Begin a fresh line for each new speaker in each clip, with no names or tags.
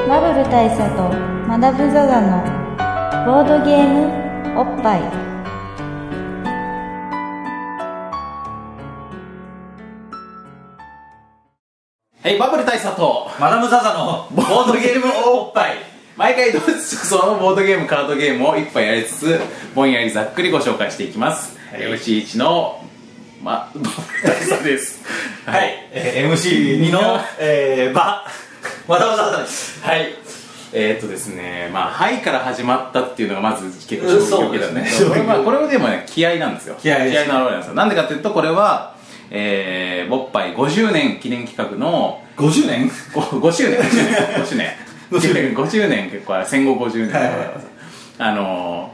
大佐とマダム・ザ・ザのボードゲームおっぱい
はい、バブル大佐と
マダム・ザ・ザのボードゲームおっぱい
毎回ドイツそのボードゲームカードゲームを一杯やりつつぼんやりざっくりご紹介していきます、MC1 のまバブル大佐です
はい、えー MC2 の、えー、バマダム・ザ・ザです
はいえー、っとですねまあ「はい」から始まったっていうのがまず結構
うん
衝撃だね
そう
こ
ですね
れまあこれもでもね気合なんですよ
気合ですね
気合の表れなんですよなんでかっていうとこれはえー、ボッパイ50年記念企画の
50年
ご5周年5周年5周 年5周年結構戦後50年
はいはい
あの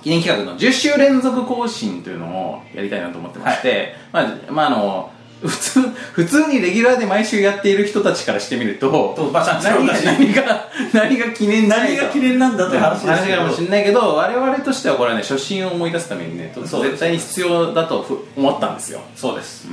ー記念企画の10週連続更新というのをやりたいなと思ってまして、まあ、まああの普通普通にレギュラーで毎週やっている人たちからしてみると
とまあ
何が何が何が記念じゃない
何
と
が記念なんだという話
話
ですけど
かもしれないけど我々としてはこれはね初心を思い出すためにねと
そうです
絶対に必要だとふ思ったんですよ
そうです、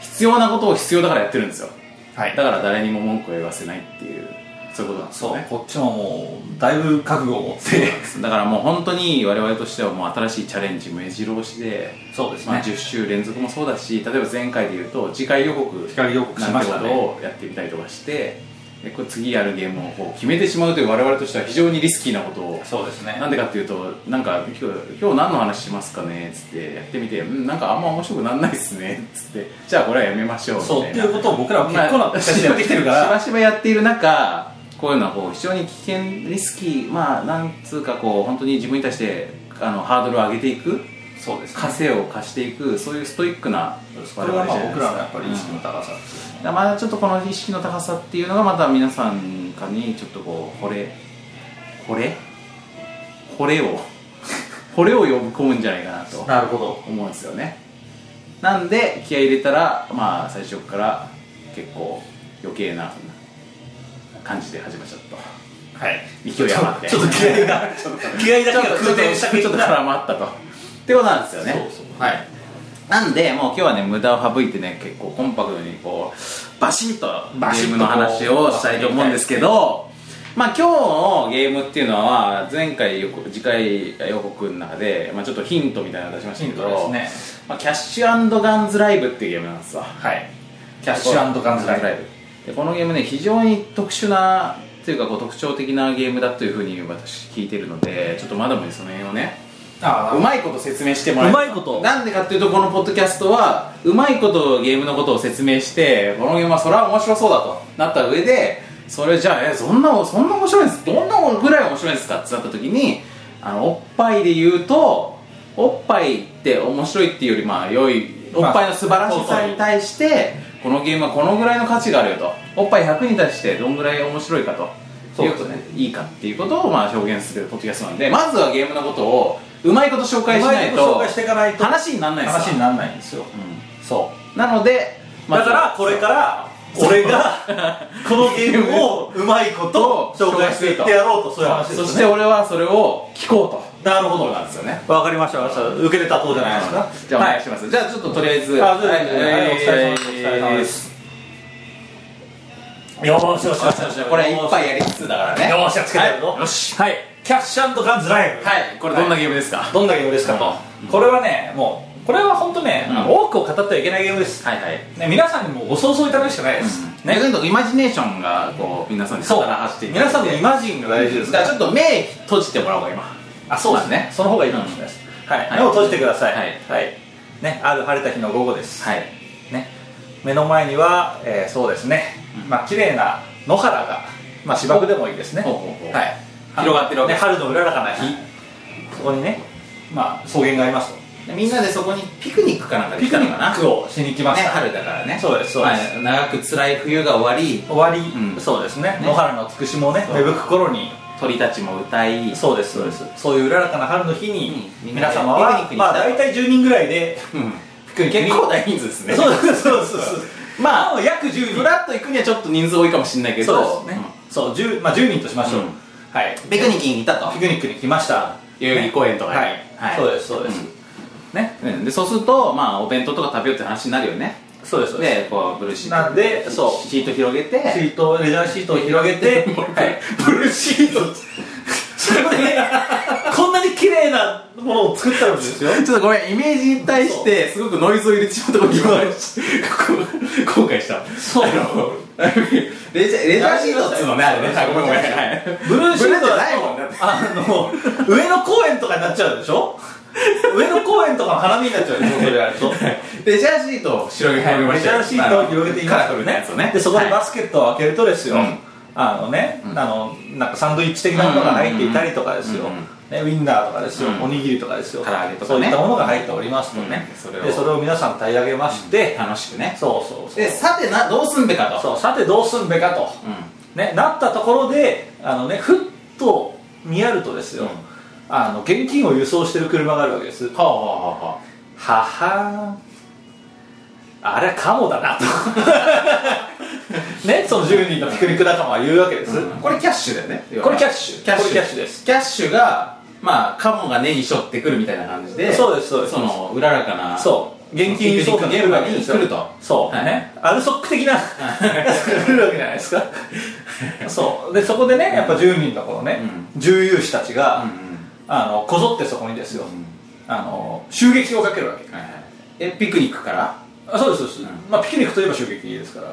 必要なことを必要だからやってるんですよ
はい
だから誰にも文句を言わせないっていうそういうことなんですよ
そう
ね
こっちももうだいぶ覚悟を持って
だからもう本当に我々としてはもう新しいチャレンジ目白押しで、
そうですね、
まあ、10週連続もそうだし例えば前回で言うと次回予告
次回予告しましたね
なんてことをやってみたりとかしてでこれ次やるゲームをこう決めてしまうという我々としては非常にリスキーなことを
そうですね
なんでかっていうとなんか今日今日何の話しますかねっつってやってみてうんなんかあんま面白くなんないっすねっつってじゃあこれはやめましょうみたい
そう
な
っていうことを僕らは結構な
し
私やってきてるか
しば
ら
しばやっている中こういうのはこう非常に危険リスキーまあなんつうかこう本当に自分に対してあのハードルを上げていく
そうです
稼を貸していくそういうストイックな
これはまあ僕らのやっぱり意
意
識
識
の
の
高さですよね、
まあちょっとこの意識の高さっていうのがまた皆さんかにちょっとこう惚れ惚れ惚れを 惚れを呼び込むんじゃないかなと
なるほど
思うんですよねなんで気合い入れたらまあ最初から結構余計な感じで始まっちゃった
はい
勢い余って
ちょっと気合が気合だけが空転した
ちょっとちょっと絡まったとってことなんですよね
そうそう
はいなんでもう今日はね無駄を省いてね結構コンパクトにこうバシッと
バ
ゲ
シッ
ー
と
ムの話をしたいと思うんですけどまあ今日のゲームっていうのは前回予告次回予告の中で、まあ、ちょっとヒントみたいなの出しましたけど
ヒントです
まあ、キャッシュガンズライブっていうゲームなんですわ
はいキャッシュガンズライブ
でこのゲームね非常に特殊なというかこう特徴的なゲームだというふうに私聞いてるのでちょっとまだもその辺をね
あ
うまいこと説明してもらえた
うまいこと
なんでかっていうとこのポッドキャストはうまいことゲームのことを説明してこのゲームはそれは面白そうだとなった上でそれじゃあえそんなそんな面白いんですどんなぐらい面白いんですかってなった時にあのおっぱいで言うとおっぱいって面白いっていうよりまあ良いおっぱいの素晴らしさに対してこのゲームはこのぐらいの価値があるよとおっぱい100に対してどんぐらい面白いかと
そうですね
いうこといいかっていうことをまあ表現するポッドキャストなんでまずはゲームのことをうまいこと紹介しないう
まいこと
と
紹介していかないと
話にならないです
話に
な,、
ならないんですよ、そ
なので
うだからこれから俺がこのゲーム をうまいこと
そう
紹介していってやろうとそういう話です
そ
よね
して俺はそれを聞こうと
なるほ
そう
ど
なんですよね
わかりましたわかりました受けてたそうじゃないですか
じゃあお願い
は
します、じゃあちょっととりあえず
あそうですねはいお疲れ様ですお疲れ様
で
ですすいよーしよしよしよし
これ一杯やりつつだからね
よーしやっつけたぞ
はいよし
はいキャッシュガンズライブ
はいこれどんなゲームですか、
どんなゲームですかと、これはねもうこれは本当ね、あの多くを語ってはいけないゲームです、
はいはい
ね、皆さんにもうご想像いただくしかないです、
ね、逆に言うとイマジネーションがこう皆さんに
そう
走っていただい
皆
て
さんのイマジンが大事ですか
だかららちょっと目閉じてもらおうか今
あそうですねその方がいいかもしれないです、はい、
はい
目を閉じてください
は
はいい、ね、ある晴れた日の午後です、
はい
ね、目の前には、えーそうですね、まあ綺麗な野原が、まあ、芝生でもいいですね、
ほうほうほう
はい、
広がってるわけ
ね、春のうららかな日、そこにね、まあ、草原がありますと
でみんなでそこにピクニックかなんかで
ピ
来
ク
た
ニ
のかな
ックをしに来ま
ね、
した、
春だからね
そうですそうです
まあ長く辛い冬が終わり
終わり、
うん
そうですね
ね
野原のつくしもね
そう
芽吹く頃に
鳥たちも歌い
そうですそうです、そういううららかな春の日に、
うん
皆様
ピクニッ
は
クに来た
まあ大体10人ぐらいで
うん
ピクニックに
結構大人数ですね
そうですそうですそうです
まあ
もう約10
ふ
人
らっと行くにはちょっと人数多いかもしれないけど
そうですね、そう10、まあ、10人としましょう、
うん
はい
うんピクニックにいたと
ピクニックに来ました
代々木公園とかに
はい、そうですそうです、ね
うんでそうするとまあお弁当とか食べようって話になるよね
そうですそうです
でこうブルーシート
なんでそう
シート広げ
シ
て
ートレジャーシートを広げて、はい、
ブルーシート
それでこんなに綺麗なものを作ったんですよ
ちょっとごめんイメージに対してすごくノイズを入れてしまったことに 今後悔した
そう
あのレジャーレジャーシートっつうのねあれねはいごめんごめんはい
ブルーシート
ブルーじゃ
は
ないもんだって
あの上野公園とかになっちゃうでしょ上野公園とかの花見になっちゃうでしょそれあると
レジャーシートを広げ始めま
メ
し
ジ
た
ャ
よ
ーシートを広げてい
カ
ま
ラ
す
フルなやつをね
でそこで
はい
バスケットを開けるとですよ、
うん
あのね、
うん
あのなんかサンドイッチ的なものが入っていたりとかですよ、
うんうん
ね、ウインナーとかですよ、
うん
おにぎりとかですよ
唐揚げとかね
そういったものが入っておりますとね、
うんそれを
でそれを皆さん平らげまして、
楽しくね
そうそうそう
でさてなどうすんべかと
そうさてどうすんべかと、
う
ね、なったところであの、ね、ふっと見やるとですよ、
うん
あの現金を輸送してる車があるわけです
んはあはあはあは
ははーんあれはカモだ なとねその10人のピクニック仲間は言うわけです、
あこれキャッシュだよね
これキャッシュ
キャッシュ
これキャッシュです
キャッシュがまあカモが根にしょってくるみたいな感じで
そうですそうです
そのうららかな
そう現金輸送機が来るわけですよ
来ると
そう、
はい
ねアルソック的なやつが来るわけじゃないですかそうでそこでねやっぱ10人のこのね、重油士たちが、
うん
あのこぞってそこにですよ、
うん
あの襲撃をかけるわけ
はいはいえピクニックから
あそうですそうです、
う
まあピクニックといえば襲撃ですから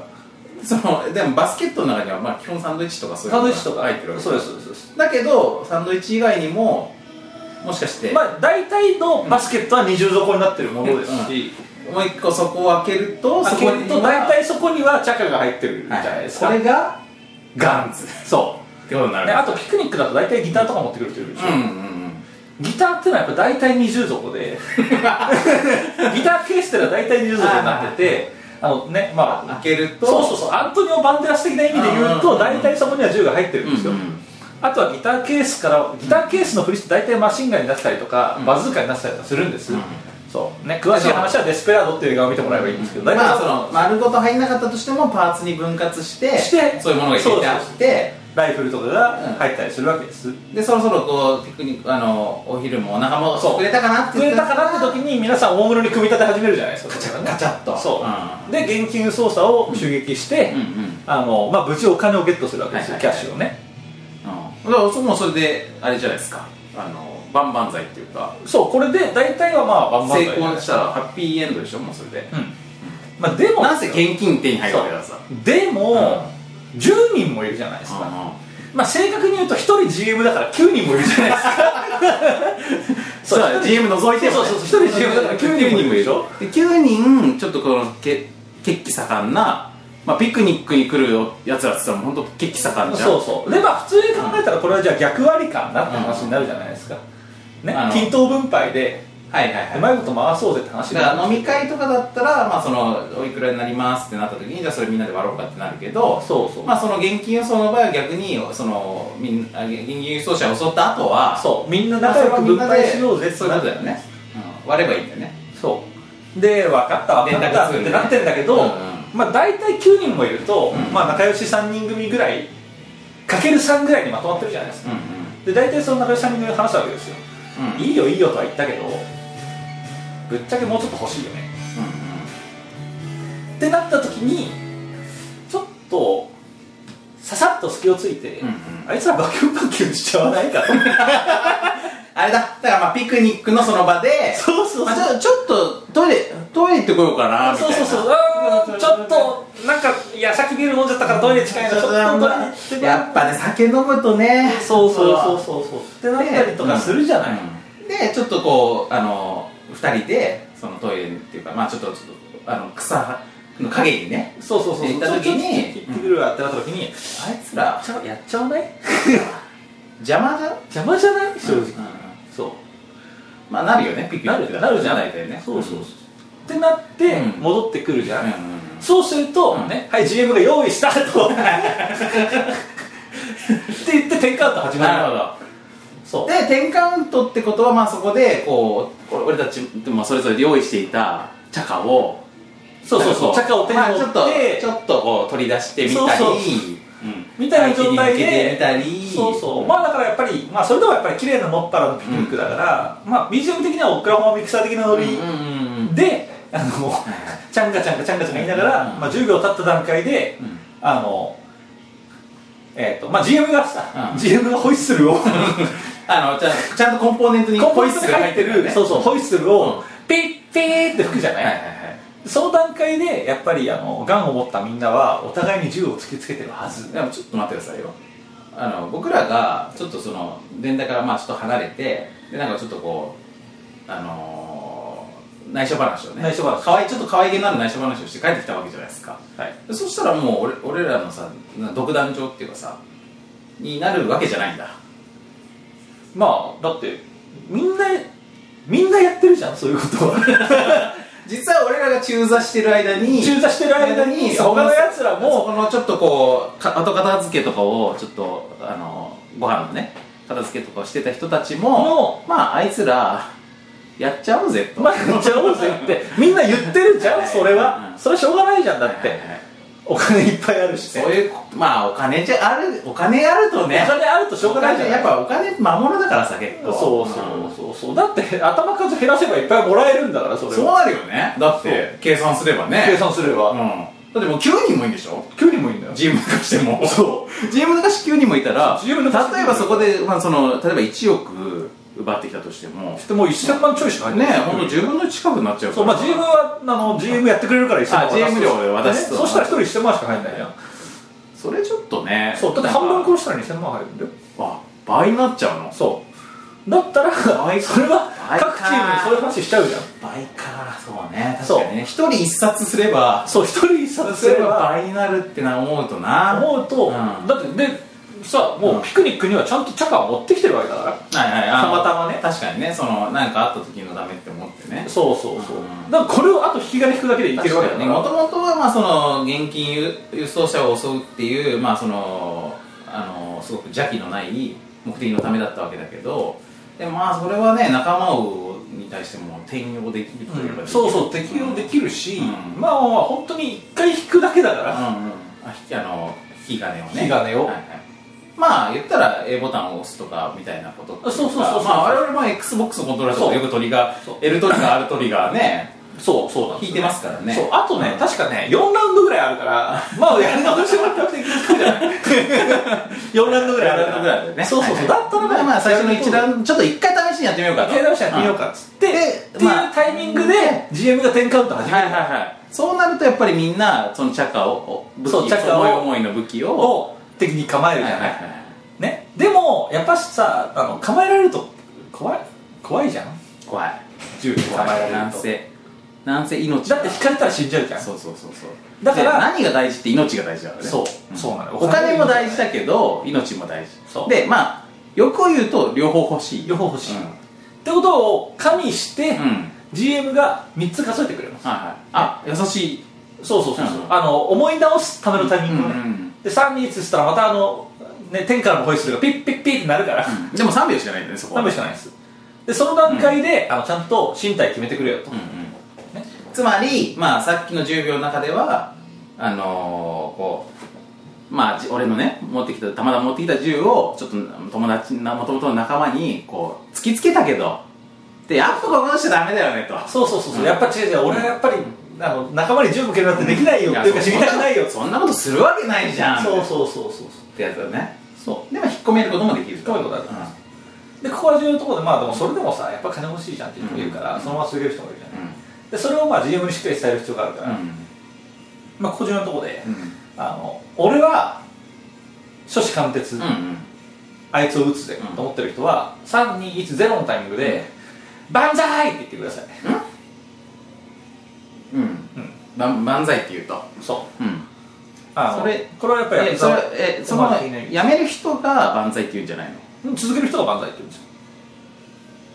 そのでもバスケットの中にはまあ基本サンドイッチとかそういう
サ
のが
ンドイッチとか
入ってるわけ
そうですそうですそうです
だけどサンドイッチ以外にももしかして
まあ大体のバスケットは二重底になってるものですし、
もう一個そこを開けると
開
そ
け
こ
る
に
と大体そこにはチャカが入ってるじ
は
ゃ
い
ないですか、
これがガンズ
そ
ってことにな
う
る
であとピクニックだと大体ギターとか持ってくるというでしょ、
うんうん
ギターってのはやっぱ大体二重底でギターケースってのは大体二重底になっててあのねま
うん
あ
開けると
そうそうそうアントニオ・バンデラス的な意味で
う
言う
んうんう
と
ん
大体そこには銃が入ってるんですよ、
うんうん
あとはギターケースからギターケースのフリして大体マシンガンになったりとか、
うん
バズーカになったりとかするんです、
うん
そうね詳しい話はデスペラードっていう映画を見てもらえばいいんですけど大体、
まあその丸ごと入んなかったとしてもパーツに分割して
して
そういうものが入れてあって
ライフルとかが入ったりするわけです、
でそろそろこうピクニックあのお昼もお腹も
そう
膨れたかなって
増
言
え
った
かなって時に皆さん大室に組み立て始めるじゃないですかガチャ
ガチャっと
そう、
うん
で現金操作を襲撃して、
うんうん
あのまあ、無事お金をゲットするわけですよ、
はいはいはい
キャッシュをね
うんだからそこもそれであれじゃないですかあの万々歳っていうか
そうこれで大体はまあ万々
成
歳
功したらハッピーエンドでしょもうそれで
うんまあでも
なんせ現金手に入るわけだからさ
でも、10人もいるじゃないですか、まあ正確に言うと1人 GM だから9人もいるじゃないですか
そうだね GM 除いてもね
そうそうそう1人 GM だから9人もいるでしょ
で9人ちょっとこのけ血気盛んな、まあ、ピクニックに来るやつらっつったらもうほんと血気盛 んじゃん
そうそうでまあ普通に考えたらこれはじゃあ逆割りかなって話になるじゃないですか、ね
あの
均等分配で
はいはいは
う
い
まいこと回そうぜって話に
だ
なる
から飲み会とかだったら、まあ、そのおいくらになりますってなった時にじゃあそれみんなで割ろうかってなるけど
そうそう、
まあその現金輸送の場合は逆にそのみんな現金輸送車を襲った後は
そうみんな
まあ
仲良
そ
く
れはみん
分
な
配
で
しようぜって
そういう
な
こ
る
とだよね、うん割ればいいんだよね
そうで分かった分かったってなってんだけど、
うんうん
まあ大体9人もいると、
うん
まあ仲良し3人組ぐらいかける3ぐらいにまとまってるじゃないですか、
うん
で大体その仲良し3人組が話すわけです
う
よ、
んうん
いいよいいよとは言ったけどぶっちゃけもうちょっと欲しいよねってなった時にちょっとささっと隙をついて、
うんうん
あいつらバキュンバキュンしちゃわないかと
あれだ、だからまあピクニックのその場で、
そうそうそう
まあ、ちょちょっとトイレ、トイレ行ってこようかな、みたい
そう
な。
そうそう
う。
うーんちょっとなんかいやさっきビール飲んじゃったからトイレ近いなちょっとトイレ行ってば
やっぱね、酒飲むとね、
そうそうそうそうそうってなったりとかするじゃない、
うんで、ちょっとこう、あの、二人で、そのトイレっていうか、まあちょっと、ちょっとあの、草の陰にね、
そうそうそうそう
行った時に
ちょっと行ってくるわってなった時に、
あいつら、
やっちゃわない
邪魔じゃん
邪魔じゃない正直、
うん
そう
まあなるよね、ピクニ
な
ッ
る
クだ
なるじゃない
だよね。
そうそうそうってなって
うん
戻ってくるじゃ、
うんんうんうん
そうすると、
うん
ねはい GM が用意スタートって言ってテイクアウト始まる
なるほど。
そう
で10カウントってことはまあそこでこうこれ俺たちまあそれぞれ用意していた茶化を
そうそうそ
な
う
んかこ
チャカを手に
まあ
持
ちょ
っ、
ってとちょっとこう取り出してみたり
そうそう
うん
みたいな状態
相
で
手に向けてみたり
そうそうまあだからやっぱり、まあ、それでもやっぱり綺麗なのっぱらのピクニックだから、まあ BGM 的にはオクラホマミキサー的なノリ
うんうんうんうん
であのちゃんかちゃんかちゃんかちゃんか言いながら、
うん
まあ、10秒経った段階で、
うん
あのえっ、とまあ GM がさ、
うん
GM がホイッスルを
あのちゃんちゃんとコンポーネントに
コンポイスが入ってる
ね
そうそうホイッスル
うん
をピッピーって吹くじゃない、
はいはいはい
その段階でやっぱりあのガンを持ったみんなはお互いに銃を突きつけてるはず
でもちょっと待ってくださいよあの僕らがちょっとその電台からまあちょっと離れてでなんかちょっとこうあのー、内緒話をね
内緒話
かわいちょっと可愛げのある内緒話をして帰ってきたわけじゃないですか
はい
でそしたらもう俺俺らのさな独壇場っていうかさになるわけじゃないんだ
まあだってみんなみんなやってるじゃんそういうことは
実は俺らが中座してる間に
中座してる間に他のやつら
もう
も
このちょっとこうか後片付けとかをちょっとあのご飯のね片付けとかをしてた人たちもまああいつらやっちゃおうぜと
まあやっちゃおうぜってみんな言ってるじゃんそれは
うん
それはしょうがないじゃんだって
はいはいはい
お金いっぱいあるし
そ
ね
ういうこまあお金じゃあるお金あると
お
ね
金あるとしょうがないじゃん
やっぱお金魔物だからさ結構
そうそうそうそうだって頭数減らせばいっぱいもらえるんだからそ
うん
れ
そう
は
なるよねだって計算すればね
計算すれば
うんだってもう9人もいいんでしょ
9人もいいんだよ
GM 抜かしてもそう GM 抜かし9人もいたら
GM 抜かし
例えばそこで、まあ、その例えば1億奪ってきたとしても
でもう1000万ちょいしか入って
ね
ない
ほんと10分の1近くになっちゃうか
そ
ら
うまあ GM はあの GM やってくれるから一緒に
あ GM 料で渡すと
ねそしたら一人1000万しか入んないよ
それちょっとね
そうだって
なんか
半分殺したら2000万入るんだよ
あ倍になっちゃうの
そうだったらそ
倍か
れは
倍か
各チームにそういう話しちゃうじゃん
倍かそうね
そう
ね1人1冊すれば
そう一人一冊す
すれ
れ
ば
ば
倍になるってな思うとな
思うと、
うん
だってでさもうピクニックにはちゃんとチャカを持ってきてるわけだから
はいはいあの
たまたまね
確かにねそのなんかあった時のためって思ってね
そうそうそう、
うん
だからこれをあと引き金引くだけでいけるわけだから
もともとはまあその現金輸輸送車を襲うっていう、まあ、そのあのすごく邪気のない目的のためだったわけだけどでもまあそれはね仲間をに対しても転用できるといえばできる、
そうそう適用できるし、
うん
まあまあまあ本当に一回引くだけだ
う
か
んうん
ら、
あ引きあの引き金をね
引き金
は
を
いはいまあ言ったら A ボタンを押すとかみたいなこととか
そうそうそうそう
まあ我々も XBOX のコントローラーと
そ
か
う
よくトリガー
そう
L トリガー R トリガーね
そうそうなん
引いてますからね
そうあとね、
うん
確かね4ラウンドぐらいある からまあやり直してもらっても比較的少じゃない4ラウンドぐらいある
ラウ
か
ンド
ら
ぐらいだよね
そうそうそう、だったら
まあまあ最初の1ラウンドちょっと一回試しにやってみようかと
手直しやってみようかっつ って、っていう
まあ
タイミングで GM が10カウント始め
はい
る、
はいはいそうなるとやっぱりみんなそのチャカを武器
そうチャカを
思い思いの武器を
を敵に構える
は
じ
いは
ゃ
い
な
はい
い、ね、でもやっぱしさあの構えられると怖い怖いじゃん
怖い
銃で構えられると
なんせなんせ命
だって引かれたら死んじゃうじゃん
そうそうそうそう
だから
で何が大事って命が大事だからね
そう
うん
そうなの
お金も大事だけど命も大
そ
事
う
でまあ欲を言うと両方欲しい
両方欲しい、
うんう
ってことを加味して、
ん
GM が3つ数えてくれます
はいはいあ優しい
そうそうそうそう、
うん
あの思い直すためのタイミングをね、
うんうん
で3日したらまたあの、ね、天からのホイッスルがピッピッピッってなるから、
でも3秒しかないんだよねそこは
多分しかないですでその段階で、あのちゃんと身体決めてくれよと、
うんうん
ね
つまり、まあ、さっきの10秒の中ではあのーこうまあじ俺のね持ってきたたまたま持ってきた銃をちょっと友達なもともとの仲間にこう突きつけたけどでやっぱこういうことしちゃダメだよねと
そうそうそうそう、
うん
やっぱ違う違う俺はやっぱりあの仲間に銃向けるなんてできないよっていうか知りたくないよ
そんなことするわけないじゃん
そうそうそうそう
ってやつだね
そ
でも引っ込めることもできる
引っ込めることはできるうでここは重要なところでまあでもそれでもさやっぱ金欲しいじゃんっていう人もいるから、
うん
そのまま続ける人もいるじゃ
うん
ん、でそれをまあ GM にしっかり伝える必要があるから、
う
まあここ重要なところで、
ん
あの俺は初子貫徹、
うんうん
あいつを打つぜと思ってる人は、3210のタイミングで「万歳!」って言ってください、
うんうんばん万歳って言うと
そう
うん
あの
それ
これはやっぱ
え
り
それえその
まあ
やめる人が万歳って言うんじゃないの
続ける人が万歳って言うんですよ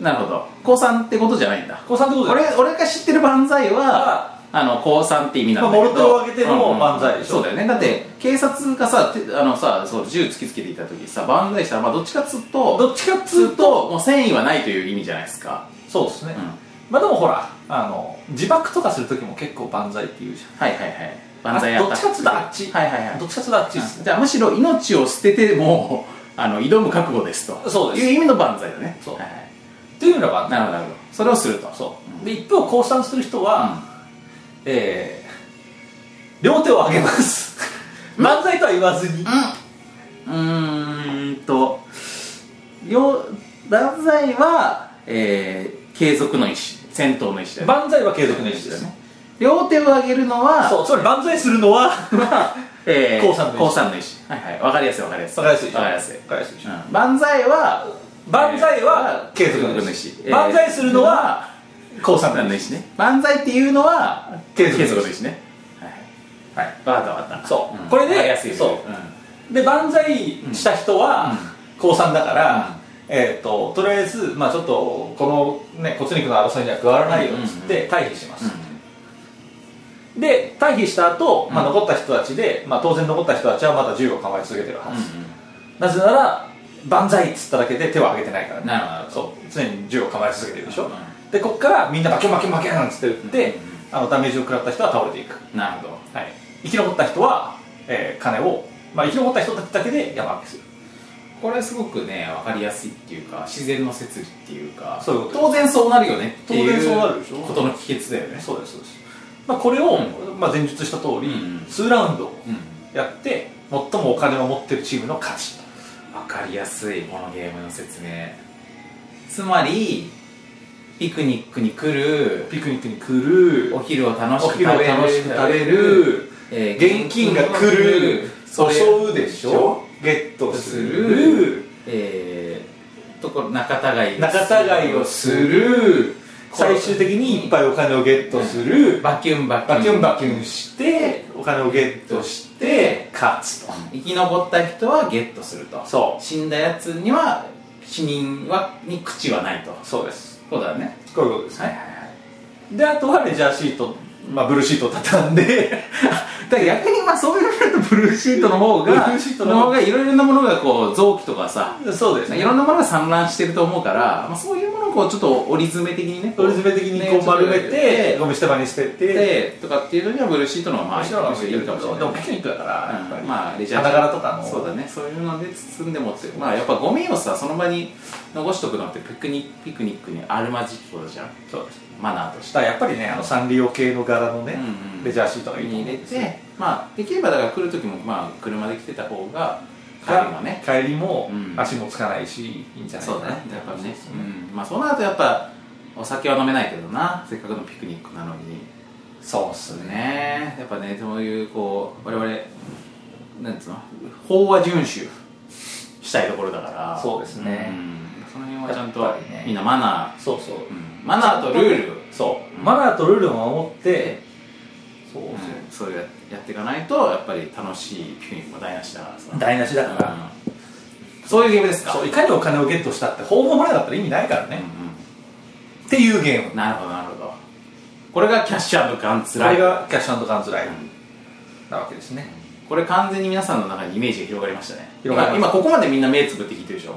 なるほど高三ってことじゃないんだ
高3ってことで
俺俺が知ってる万歳はあの高三って意味なんだけど
まあ諸手を挙げての
うん
万歳でしょ
そうだよねだって警察がさてあのさそう銃突きつけていた時さ万歳したらまあどっちかっつうと
どっちかっつ
つ
う
う
と
ともう戦意はないという意味じゃないですか
そうですね、
うん
まあでもほらあの自爆とかする時も結構万歳って言うじゃん
はいはいはい万歳やった
あどっちかっつうとあっち
はいはいはい
どっちかっつうとあっちっすね
じゃあむしろ命を捨ててもあの挑む覚悟ですと
そうです
いう意味の万歳だね
そう
はいはい
っていうのが万歳
なるほどなるほどそれをすると
そう、
うん
で一方降参する人は、
え
両手を上げます。漫才とは言わずに。
えうーんとよ断罪は、えー、継続の意思戦闘の意思だよね
漫才は継続の意思ですね。
両手を上げるのは
そう、つまり万歳するの は、
は、えー、
降参の意思
降参の意思はいはいわかりやすいわかりやすい
わかりやすいでしょ
わかりやすい
わかりやすいでしょ
うん万歳は
万歳は継続の意思万歳するのは
降参の意思ね万歳っていうのは
継続の意思
の意思ねはいはいわかったわかった
そう
うん
これで
わかりやすいよ
そうで万歳した人は高3だから、えー、ととりあえず、まあ、ちょっとこの、ね、骨肉の争いには加わらないよっつって退避します、で退避した後、まあ残った人たちで、まあ、当然残った人たちはまだ銃を構え続けてるは
うん
ず、
う
なぜなら万歳っつっただけで手を挙げてないからね
なるほどなるほ
そう常に銃を構え続けてるでしょ、
うん
でこっからみんな負け負け負けなんつって打って、
うん
あのダメージを食らった人は倒れていく、
んなるほど
はい、生き残った人は、えー金を、まあ、生き残った人たちだけで山分けする
これすごくねわかりやすいっていうか自然の摂理っていうか
そういうこと
当然そうなるよねってい
当然そうなるでしょ
ことの秘訣だよね
そうですそうです、まあ、これを、まあ、前述した通り、
うん
2ラウンド
うん
やって最もお金を持ってるチームの勝ち
わかりやすいこのゲームの説明つまりピクニックに来る
ピクニックに来る
お昼を楽し
お
く食べ
昼を
る
楽しく食べる、
えー
現金が来る
それ
襲うでしょゲットする
えー、ところ仲違いを
仲違いをする最終的にいっぱいお金をゲットする
バキュンバキュン
バキュンバキュンしてお金をゲットして勝つと
生き残った人はゲットすると
そう
死んだやつには死人はに口はないと
そうです
そうだね
こういうことです
はいはい
ね
はい
であとはレジャーシートまあブルーシートを畳んで
だから逆にまあそういう意味だとブルーシートの方が
ブルーシートの方が
がいろいろなものがこう臓器とかさ
そうです
い
ね
ろんなものが散乱してると思うから、まあ、そういうものをこうちょっと折り詰め的にねこう
折り詰め的にこう丸めてゴミ捨て場に捨てて
でとかっていうのにはブルーシートの方がまあ
後ろの方がい
い
い
るか
かも
も
し
しれな
れな
いい
でもピクニックだからやっぱ
う
り
んまあレジャー
花柄とかの
そうだねそういうので包んで持ってるまあやっぱゴミをさその場に残しとくのってピクニピクニックにあるまじきことじゃん
そうです
マナーとして
したらやっぱりねあのサンリオ系の柄のね、
うんうん
レジャーシートがいいと
に
思う
入
ん
れ
ですよ
てまあできればだから来る時もまあ車で来てた方が帰りはね
帰りも
うん
足もつかないし、いいんじゃないか
そう
な
だねやっぱ
り
ね、うん、まあそうなるとやっぱお酒は飲めないけどなせっかくのピクニックなのに
そうっすね
ねやっぱねそういうこう我々なんつうの法は遵守したいところだから
そうです
う
ね
んその辺はちゃんと
やっぱりね
みんなマナ
そうそう、
ー、うんマナーとルール
そう、
うん
マナーとルールを守ってそう
うん
そ
それをやっていかないとやっぱり楽しいピクニックも台無しだからさ
う台無しだから、
うんそういうゲームですか
そういかにお金をゲットしたって方法もらえなかったら意味ないから
うん
ね、っていうゲー
う
ム
んなるほどなるほどこれがキャッシュガンツ
こ
ライ
れ
ブ
がキャッシュガンズライブ
うん
なわけですね、
これ完全に皆さんの中にイメージが広がりましたね
広がり
今
ました
今ここまでみんな目つぶって聞いてるでしょ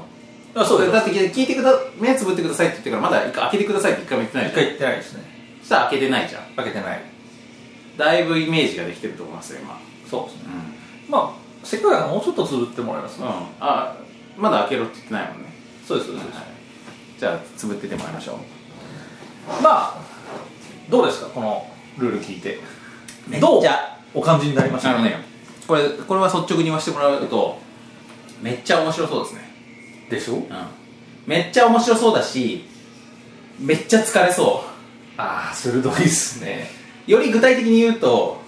あそうです
だって聞いてくだ目つぶってくださいって言ってからまだ一回開けてくださいって一回も言ってないじ
一
ゃん
回行ってないですね
そしたら開けてないじゃん
開けてない
だいぶイメージができてると思いますよ今
そうです
う
ね
ん、うん、
まあせっかくだからもうちょっとつぶってもらいます、
あまだ開けろって言ってないもんね、
そうですそうです、
はい、じゃあつぶっててもらいましょう
まあどうですかこのルール聞いて
めっちゃ
どうお感じになりました
あのねこれこれは率直に言わせてもらうとめっちゃ面白そうですね
でしょ
うんめっちゃ面白そうだしめっちゃ疲れそう
ああ鋭いっすね
より具体的に言うと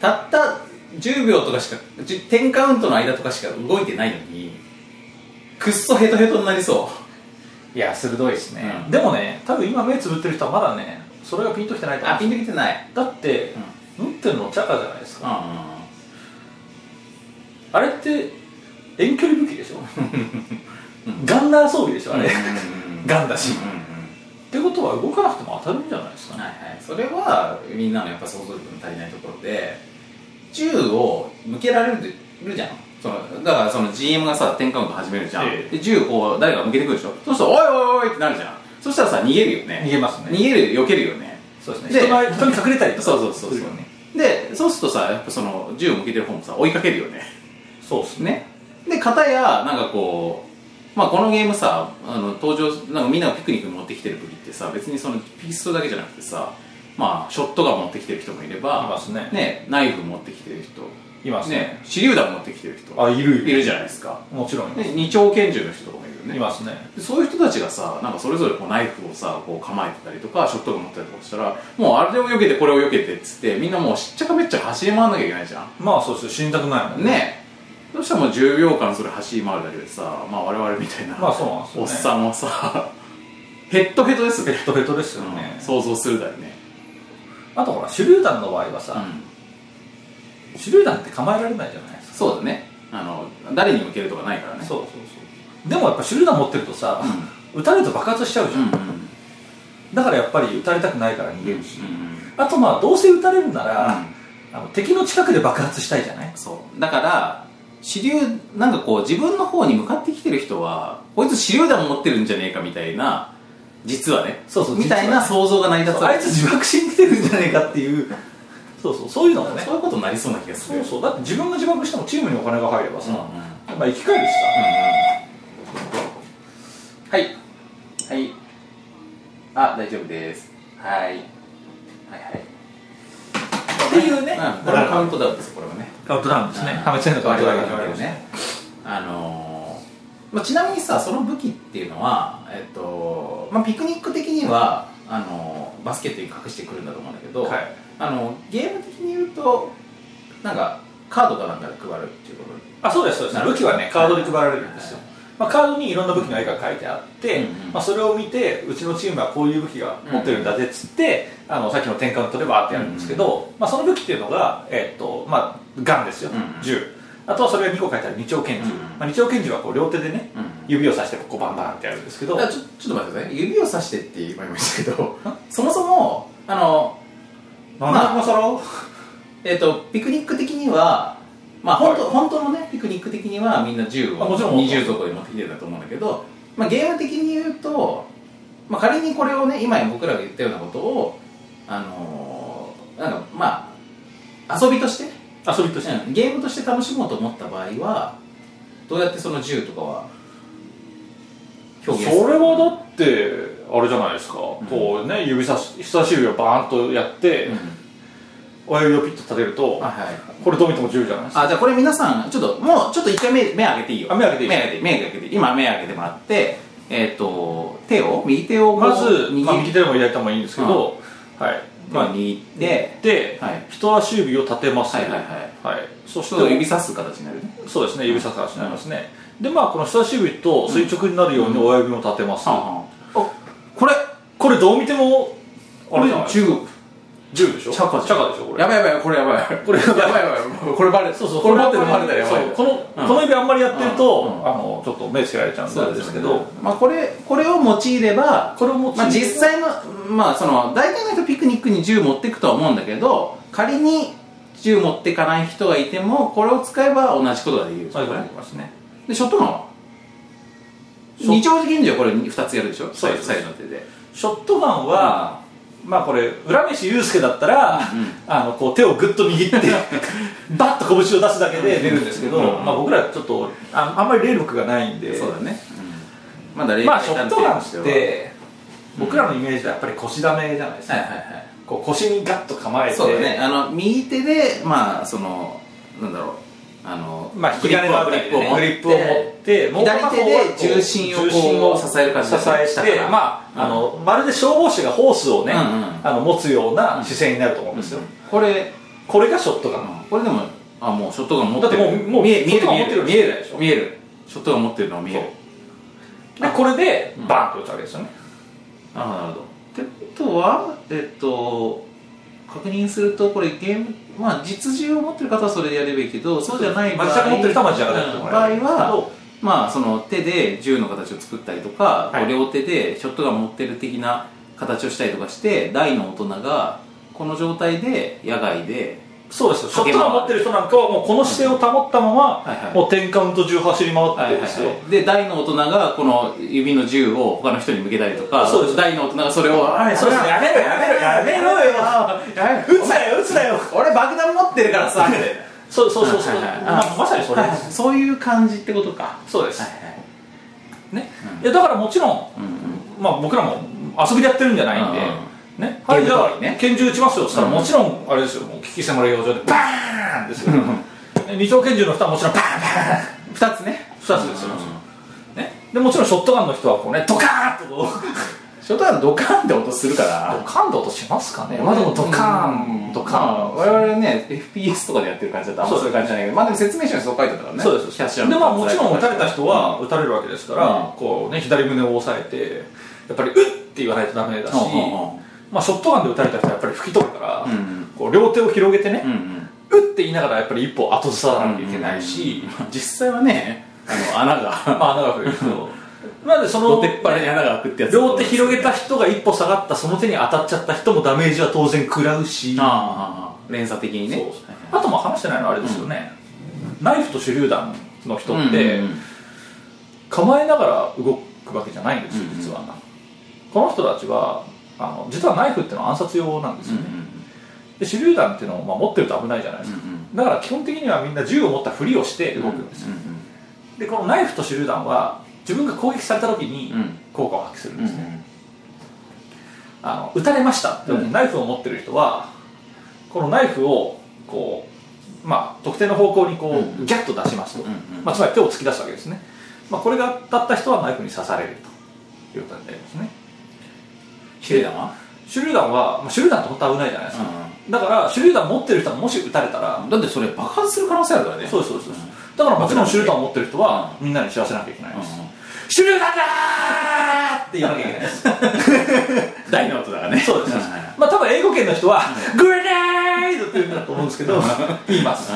たった10秒とかしか10 10カウントの間とかしか動いてないのにくっそヘトヘトになりそ
いや鋭いっす
うん
でもね多分今目つぶってる人はまだねそれがピンときてないうと思
あ
う
ピンときてない
だってうんってるのチャカじゃないです
うん
かあれって遠距離武器 でしょガンダー装備でしょあれ
うん
ガンだ
う
し
んうん
ってことは動かなくても当たるんじゃないです
う
か
ん
ね
はいはいそれはみんなのやっぱ想像力の足りないところで銃を向けられるじゃんそのだからその GM がさ10カウント始めるじゃん、
ええ
で銃こう誰か向けてくるでしょそうすると「おいおいおい」ってなるじゃんそしたらさ逃げるよね
逃げます
逃
ね
げる避けるよね
そうですね
で
人が人に隠れたりとか
そうそうそう
す
そう
るよね
でそうするとさやっぱその銃を向けてる方もさ追いかけるよね
そうっすね
ねで片やなんかこうまあこのゲームさあの登場なんかみんながピクニックに持ってきてる時ってさ別にそのピストルだけじゃなくてさまあショットガン持ってきてる人もいれば
いますね
ねナイフ持ってきてる人
いますね
ね手榴弾持ってきてる人
あいるいる
いるじゃないですか
もちろんいま
です二丁拳銃の人とかもいるよね
いますね
でそういう人たちがさなんかそれぞれこうナイフをさこう構えてたりとかショットガン持ってたりとかしたらもうあれを避けてこれを避けてっつってみんなもうしっちゃかめっちゃか走り回んなきゃいけないじゃん
まあそうですよ死にたくないもん
ねえどうしてもう10秒間それ走り回るだけでさまあ我々みたいな,、
まあそうなんですよ
おっ
ね
さんはさヘッドヘッドです
ヘ
ね
ッドヘッドですよね、
うん想像するだよね
あとほら手榴弾の場合はさ、
うん
手榴弾って構えられないじゃないですか
そうだねあの誰に向けるとかないからね
そうそうそうでもやっぱ手榴弾持ってるとさ、撃たれると爆発しちゃうじゃ
うん
ん、
うんうん
だからやっぱり撃たれたくないから逃げるし、
うん
あとまあどうせ撃たれるなら、
う
あの敵の近くで爆発したいじゃない
そうだから支流なんかこう自分の方に向かってきてる人はこいつ手榴弾持ってるんじゃねえかみたいな実はね
そうそう
みたいな
実
想像が成り立つわ
あ
け
いつ自爆しに来てるんじゃねえかっていうそうそうそういうのもね
そういうことになりそうな気がす
そ
る
うそうだって自分が自爆してもチームにお金が入ればさ、
うんうん
まあ生き返るしさ、
はいはいあ大丈夫ですはいはいはい
っていうね
んこれはカウントダウンですこれはね
カウントダウンですね破滅へのカウントダウンが始まりましたね
ねあのーまあ、ちなみにさその武器っていうのは、えっとまあ、ピクニック的にはあのーバスケットに隠してくるんだと思うんだけど、
はい
あのゲーム的に言うとなんかカードかなんかで配るっていうこと
あそうですそうです
なる
武器はねカードで配られるんですよ、
はい
まあ、カードにいろんな武器の絵が書いてあって、
うんうん
まあ、それを見てうちのチームはこういう武器が持ってるんだぜっつって、あのさっきの10カウントでバーってやるんですけど、まあ、その武器っていうのが、えっとまあ、ガンですよ、
うんうん
銃あとはそれが2個書いてある二丁拳銃、
うんうん
まあ、二丁拳銃はこう両手でね、
うん
指を刺してこうバンバンってやるんですけど
だからちょちょっと待ってください指を指してって今言いましたけ どそもそもあの
まあ、
そのえっ、とピクニック的にはまあ本当,、
は
本当のねピクニック的にはみんな銃を
あもちろんもちろん
20底で持ってきてたと思うんだけど、まあ、ゲーム的に言うと、まあ、仮にこれをね今僕らが言ったようなことをあのーなんかまあ遊びとして、
遊びとして、
うんゲームとして楽しもうと思った場合はどうやってその銃とかは
そ
表現する
れはだってあれじゃないですか、
ん
こうね指差し人差し指をバーンとやって、
うん
親指をピッと立てると、
あはい
これどう見ても銃じゃないですか
あじゃあこれ皆さんちょっともうちょっと一回目目開けていいよ
あ目開けていい
目開けて目開けて今目開けてもらってえっ、と手を右手をこう
まず、
握
まあ、右手でも左手でもいいんですけど、はい、ま
ま
あ
あ、握って
で、
はい
人差し指を立てます、
はいはいはい
はい、そし
ちょっと指
て
さす形になるね
そうですね指差す形になりますね、でまあこの人差し指と垂直になるように親指も立てます、
あ
これこれどう見てもあれじゃない
中国
銃でしょ
チャカ
チャカでしょこれ
やばいやばいこれやばい
これやばい
やばいやばいこれバレる
そうそう
これバレる
こ
バレたらやばい
そうこの、
うん
この指あんまりやってると、
うんうん
あのちょっと目つけられちゃうんであれですけど、
ねまあこれこれを用いれば
これも
まあ、実際の、まあ、その大体の人ピクニックに銃持ってくとは思うんだけど仮に銃持ってかない人がいてもこれを使えば同じことができる
そういうことになりますね
でショットガンは
ショット
二丁拳銃はこれ2つやるでしょ
そうです
左右の手で
ショットガンは、まあこれ浦飯祐介だったら、あのこう手をグッと 握ってバッと拳を出すだけで出るんですけど、
うん
まあ、僕らちょっとああんまり霊力がないんで
そうだね、うんまだ0
まあショットガンっ
は
て僕らのイメージはやっぱり腰だめじゃないですか、
はいはいはい
こう腰にガッと構えて
そうだねあの右手でまあそのなんだろうあの
まあ、引き金のあたりでね
グ
グ
リ
リ
ッ
ッ
プ
プ
を
を
持
持
って
ってもう片方はこう
左手で重心をこう
重心を
支える感じで
支えて、まああのまるで消防士がホースをね、
うんうん
あの持つような姿勢になると思うんですよ、
これ
これがショットガン、
これでもあもうショットガン持ってる
だってもうもう
見え見え
ショット
る
ガ
見える見
ン持ってる
える
でしょ
見えるショットガン持ってるのは見える
そうでこれで
うん
バーンと打つわけですよね、
なるほどなるほどってことはえっと確認するとこれゲームまあ実銃を持ってる方はそれでやればいいけどそうじゃない場合
マジシャカ持ってる人はマジシャカでやってもらえる
うん場合はまあその手で銃の形を作ったりとか、
はい
両手でショットガン持ってる的な形をしたりとかして大の大人がこの状態で野外で
そうですよショットガン持ってる人なんかはもうこの姿勢を保ったまま、
はいはい
もう10カウント中走り回ってですよ、
で大の大人がこの指の銃を他の人に向けたりとか
そうです
大の大人がそれを「あ
そうですねやめろやめろやめろよ
やめ
撃つなよ撃つなよ
俺爆弾持ってるからさ」みたいな
そうそうそうそう、
はいはいはい
まあまさにそれです
そういう感じってことか
そうです、
い
ね
うん
いやだからもちろん、
うんうん
まあ、僕らも遊びでやってるんじゃないんで、
うんうん
ね、はい
ゲ
じ
ーム
ゃ
通
あ、
りね
拳銃撃ちますよっつったら、もちろんあれですよもう聞き迫る養生でバーンです よ、ね、二丁拳銃の人はもちろんバーンバーン
2つね
二つですよ、ね、でもちろんショットガンの人はこうねドカーンってこう
ショットガンドカーンって音するから
ドカーンって音しますかねまあでもドカーンドカ
ま
ーン
あ、我々ね FPS とかでやってる感じだとあんまそういう感じじゃないけどまあでも説明書にそう書いてたからね
そうです
キャッシ
で
ュ
まあもちろん打たれた人は打たれるわけですから、
うん
こうね左胸を押さえてやっぱり「うっ!」って言わないとダメだし、
うんうんうん
まあ、ショットガンで打たれた人はやっぱり吹き飛ぶから、
うんうん
こう両手を広げてね
う、んうん
うって言いながらやっぱり一歩後ずさなきゃいけないし、
実際はねあの穴が
まあ穴が増えるけどなんでその
どてっぱらに穴が開くってやつ
両手広げた人が一歩下がったその手に当たっちゃった人もダメージは当然食らうし
ああ連鎖的にね
そうあとも話してないのはあれですよね、ナイフと手榴弾の人
はい
って、
うんうん
構えながら動くわけじゃないんですよ
うんうん
実は、この人たちはあの実はナイフっていうのは暗殺用なんですよね、で手榴弾っていうのを、まあ、持ってると危ないじゃないですか、
うんうん
だから基本的にはみんな銃を持ったふりをして動くんですよ、でこのナイフと手榴弾は自分が攻撃された時に
うん
効果を発揮するん
うんうんうんうんうん
ですね、あの撃たれましたって時に
うん
ナイフを持ってる人はこのナイフをこうまあ特定の方向にこ
う
う、
ん
ギャッと出しますと、
うんうん
まあ、つまり手を突き出すわけですね、まあ、これが当たった人はナイフに刺されるということになりますね
手榴弾は
手榴弾は、まあ、手榴弾って本当は危ないじゃないですか、だから手榴弾持ってる人はもし撃たれたら、
だってそれ爆発する可能性あるからね
そううですそうですそうですだからもちろん手榴弾持ってる人はみんなに知らせなきゃいけないです、手榴弾だーって言わなきゃいけない です
大の音だからね
そ うです、
んん
まあ多分英語圏の人は「グレネード!」って言うんだと思うんですけど言います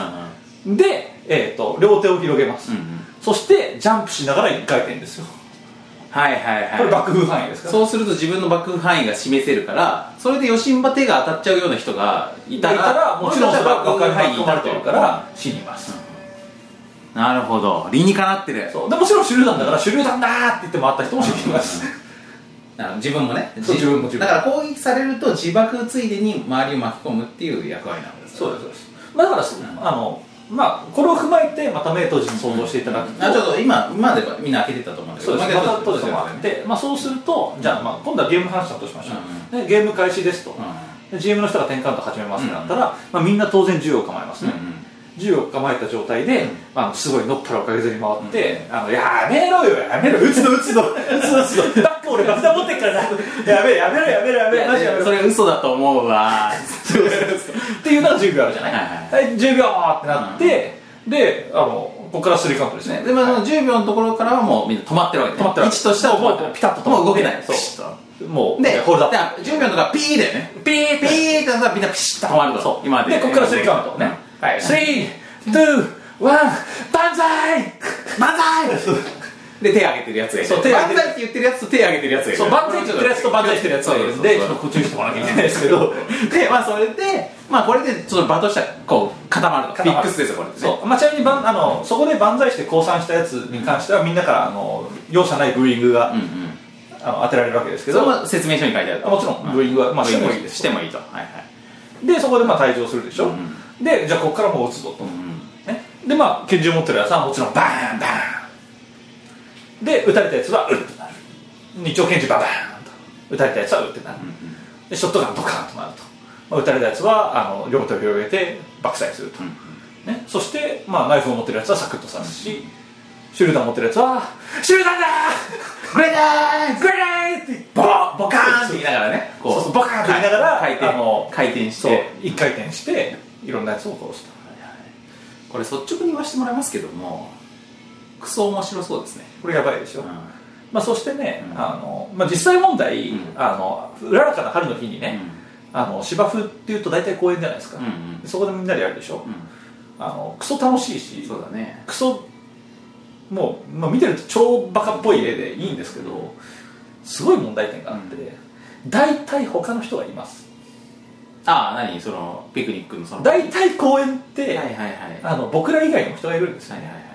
で、えー、と両手を広げます、
うんうん
そしてジャンプしながら1回転ですよ
はいはいはい
これ爆風範囲ですから
そうすると自分の爆風範囲が示せるからそれで余震場手が当たっちゃうような人がい
い
た
た
ら
らもちろんそれは
爆
爆
風範
風範
囲
囲
に
に
至
な
る
る
と
と
い
いうう
か
からら死にます、
なるほど理にかなってる
そうでもちろん手榴弾だから手榴弾だーって言って回った人も死にます、
あの自分もね
そう自分も自分も
だから攻撃されると自爆ついでに周りを巻き込むっていう役割なんです
そうですそうです、まあ、だからそ、あのまあこれを踏まえてまた目閉じに想像していただくと、
あちょっと今今まではみんな開けてたと思うんだけ
そ
ど
うです
ま
ま
あ
た
ちょ
閉
っ
じ
と
てもらって、まあ、そうするとじゃあ,、まあ今度はゲームの話だとしましょう、でゲーム開始ですと、で GM の人が10カウント始めますってなったら、まあ、みんな当然銃を構えます
うん
ね、銃を構えた状態で、あのすごいのっぱらをかけずり回って、あのやめろよやめろ撃つの撃つの撃つの撃つのバック俺が札持ってっからなやべえやめろやめろや
うん
めろマジやめ
いや
ろ
それ嘘だと思うわ
っていうのが10秒あるじゃない、
はい
はい10秒ってなって、であのここからスリーカウントですね
でもその10秒のところからはもうみんな止まってるわけね
止まってる
位置としては止まって
も
る
うピタッと止ま
も
って
う動けない
そう
ピシッと
もう
で、
ホールダップ
だ10秒とかピーだよね。
ピー
ピーってなったらみんなピシッと止まると。
そう
今まで。
ここからスリーカウントね、はい321バンザイ
万歳で、手上げてるやつがいる。
そう手上げてる
万歳って言ってるやつと手上げてるやつがいる。
そう万歳って言ってるやつと万歳してるやつがいるんでちょっとこっちにしてもらわなきゃいけないです けど
で、まあそれで、まあこれで、ちょっと場としては、こう、固まると。フィックスですよ、これね。
そう、まあ、ちなみにばんあのそこで万歳して降参したやつに関してはみんなからあの容赦ないブーイングが、
うんうん。
あの当てられるわけですけ
それ
ど
は説明書に書いてある。
あもちろんブーイングはまあ
ブーイング
してもいいです
してもいいと。はいはい。
でそこでまあ退場するでしょ、でじゃあここからもう撃つぞと、ね、でまあ拳銃持ってるやつはもちろんバーンバーンで撃たれたやつはうってなる二丁拳銃ババーンと撃たれたやつはうってなる、でショットガンドカーンとなると、まあ、撃たれたやつはあの両手を広げて爆砕すると、ね、そして、まあ、ナイフを持ってるやつはサクッと刺すし、手榴弾持ってるやつは「手榴弾だーグレナーグレナー!」ってボーボ
ボ
カ
カ
ー
ーン
ンっ
ってて言いながらね、
そうそうボカーンって言いながら
回
あ
転
の、
回転し
そう
て。
一回転していろんなやつを殺すと
これ率直に言わせてもらいますけども、クソ面白そうですね。
これやばいでしょ、
うん
まあ、そしてね、
うん
あのまあ、実際問題、
うん
あのうららかな春の日にね、あの芝生っていうと大体公園じゃないですか、
うんうん
でそこでみんなでやるでしょ、
う
あのクソ楽しいし
ん、そうだね
クソもう、まあ、見てると超バカっぽい絵でいいんですけどすごい問題点があって、大体他の人がいます
ああ何そのピクニックのその
大体公園っ
は
て、
いはいはいはい
あの僕ら以外にも人がいるんですよ、
はいは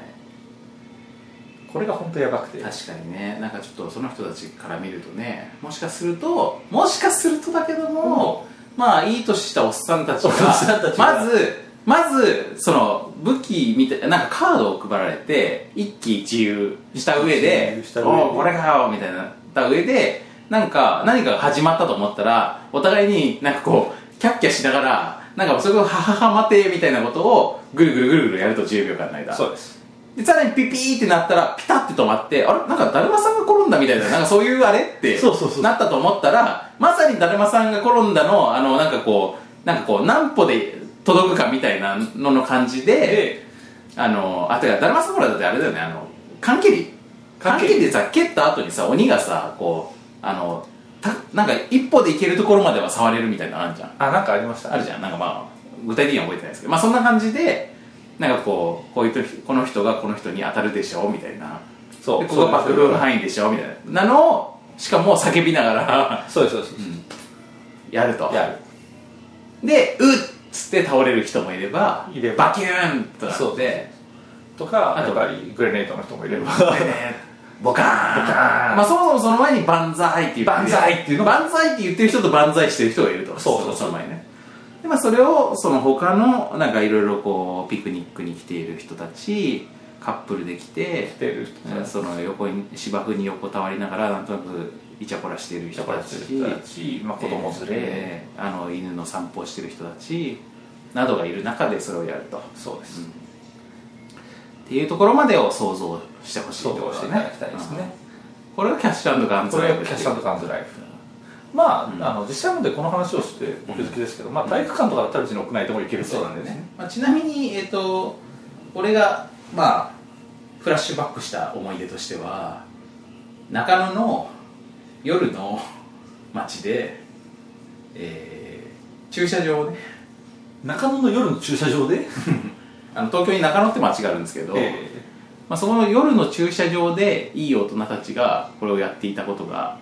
これが本当やばくて
い確かにねなんかちょっとその人たちから見るとねもしかするともしかするとだけども、まあいい年したおっさんたちが
おっさんたちが
まずまずその武器みたいななんかカードを配られて一喜一憂した上で
一喜一憂し
「
た上で
おおこれかよ」みたいなった上でなんか何かが始まったと思ったらお互いになんかこうキャッキャしながらなんかそれこそははは待てみたいなことをぐるぐるぐるぐるやると10秒間の間
そうです
でさらにピピーってなったらピタって止まってあれなんかだるまさんが転んだみたいななんかそういうあれって
そうそうそう
なったと思ったらまさにだるまさんが転んだのあのなんかこうなんかこう何歩で届くかみたいなのの感じで
で
あのあてかだるまさん転んだってあれだよねあの缶切り缶
缶切り
切りでさ蹴った後にさ鬼がさこうあのたなんか一歩で行けるところまでは触れるみたいなのあるじゃん
あなんかありました
あるじゃんなんかまあ具体的には覚えてないですけどまあそんな感じでなんかこうこういう時この人がこの人に当たるでしょみたいな
そう
でここがバックルーム範囲でしょみたいななのをしかも叫びながら
そうですそうです、
やると
やる
でうっつって倒れる人もいれば
いれば
バキューンとな
そう
っ
そう
て
とか
あ
や
と
っぱりグレネードの人もいれ
ボ
ば
カーン
ボカーン
まあそもそもその前に万歳って言ってる
万歳っていうのが
万歳って言ってる人と万歳してる人がいると
そうそうそう
の前ねでまあそれをその他のなんかいろいろこうピクニックに来ている人たちカップルで来て
来てる人たち
その横に芝生に横たわりながらなんとなくイチャコラしている人
人
た
た
ち
ち、まあ、子供連れ、
えーあの犬の散歩をしてる人たちなどがいる中でそれをやると
そうで
う
す、
んっていうところまでを想像してほしいと
そう
ころ
してい
ね
ただきたいですね、
うんこれがキャッシュガンズ
これがキャッシュ
ン
ガンズライフまあ,、
うん
あの実際問題この話をして僕好きですけど、まあ、体育館とかだったら別に屋内でも行ける
そうなん
で
でね、まあ、ちなみにえっ、と俺がまあフラッシュバックした思い出としては中野の夜の街で、えー駐車場をね
中野の夜の駐車場で、
あの東京に中野って街があるんですけど、
え
まあ、そこの夜の駐車場でいい大人たちがこれをやっていたことが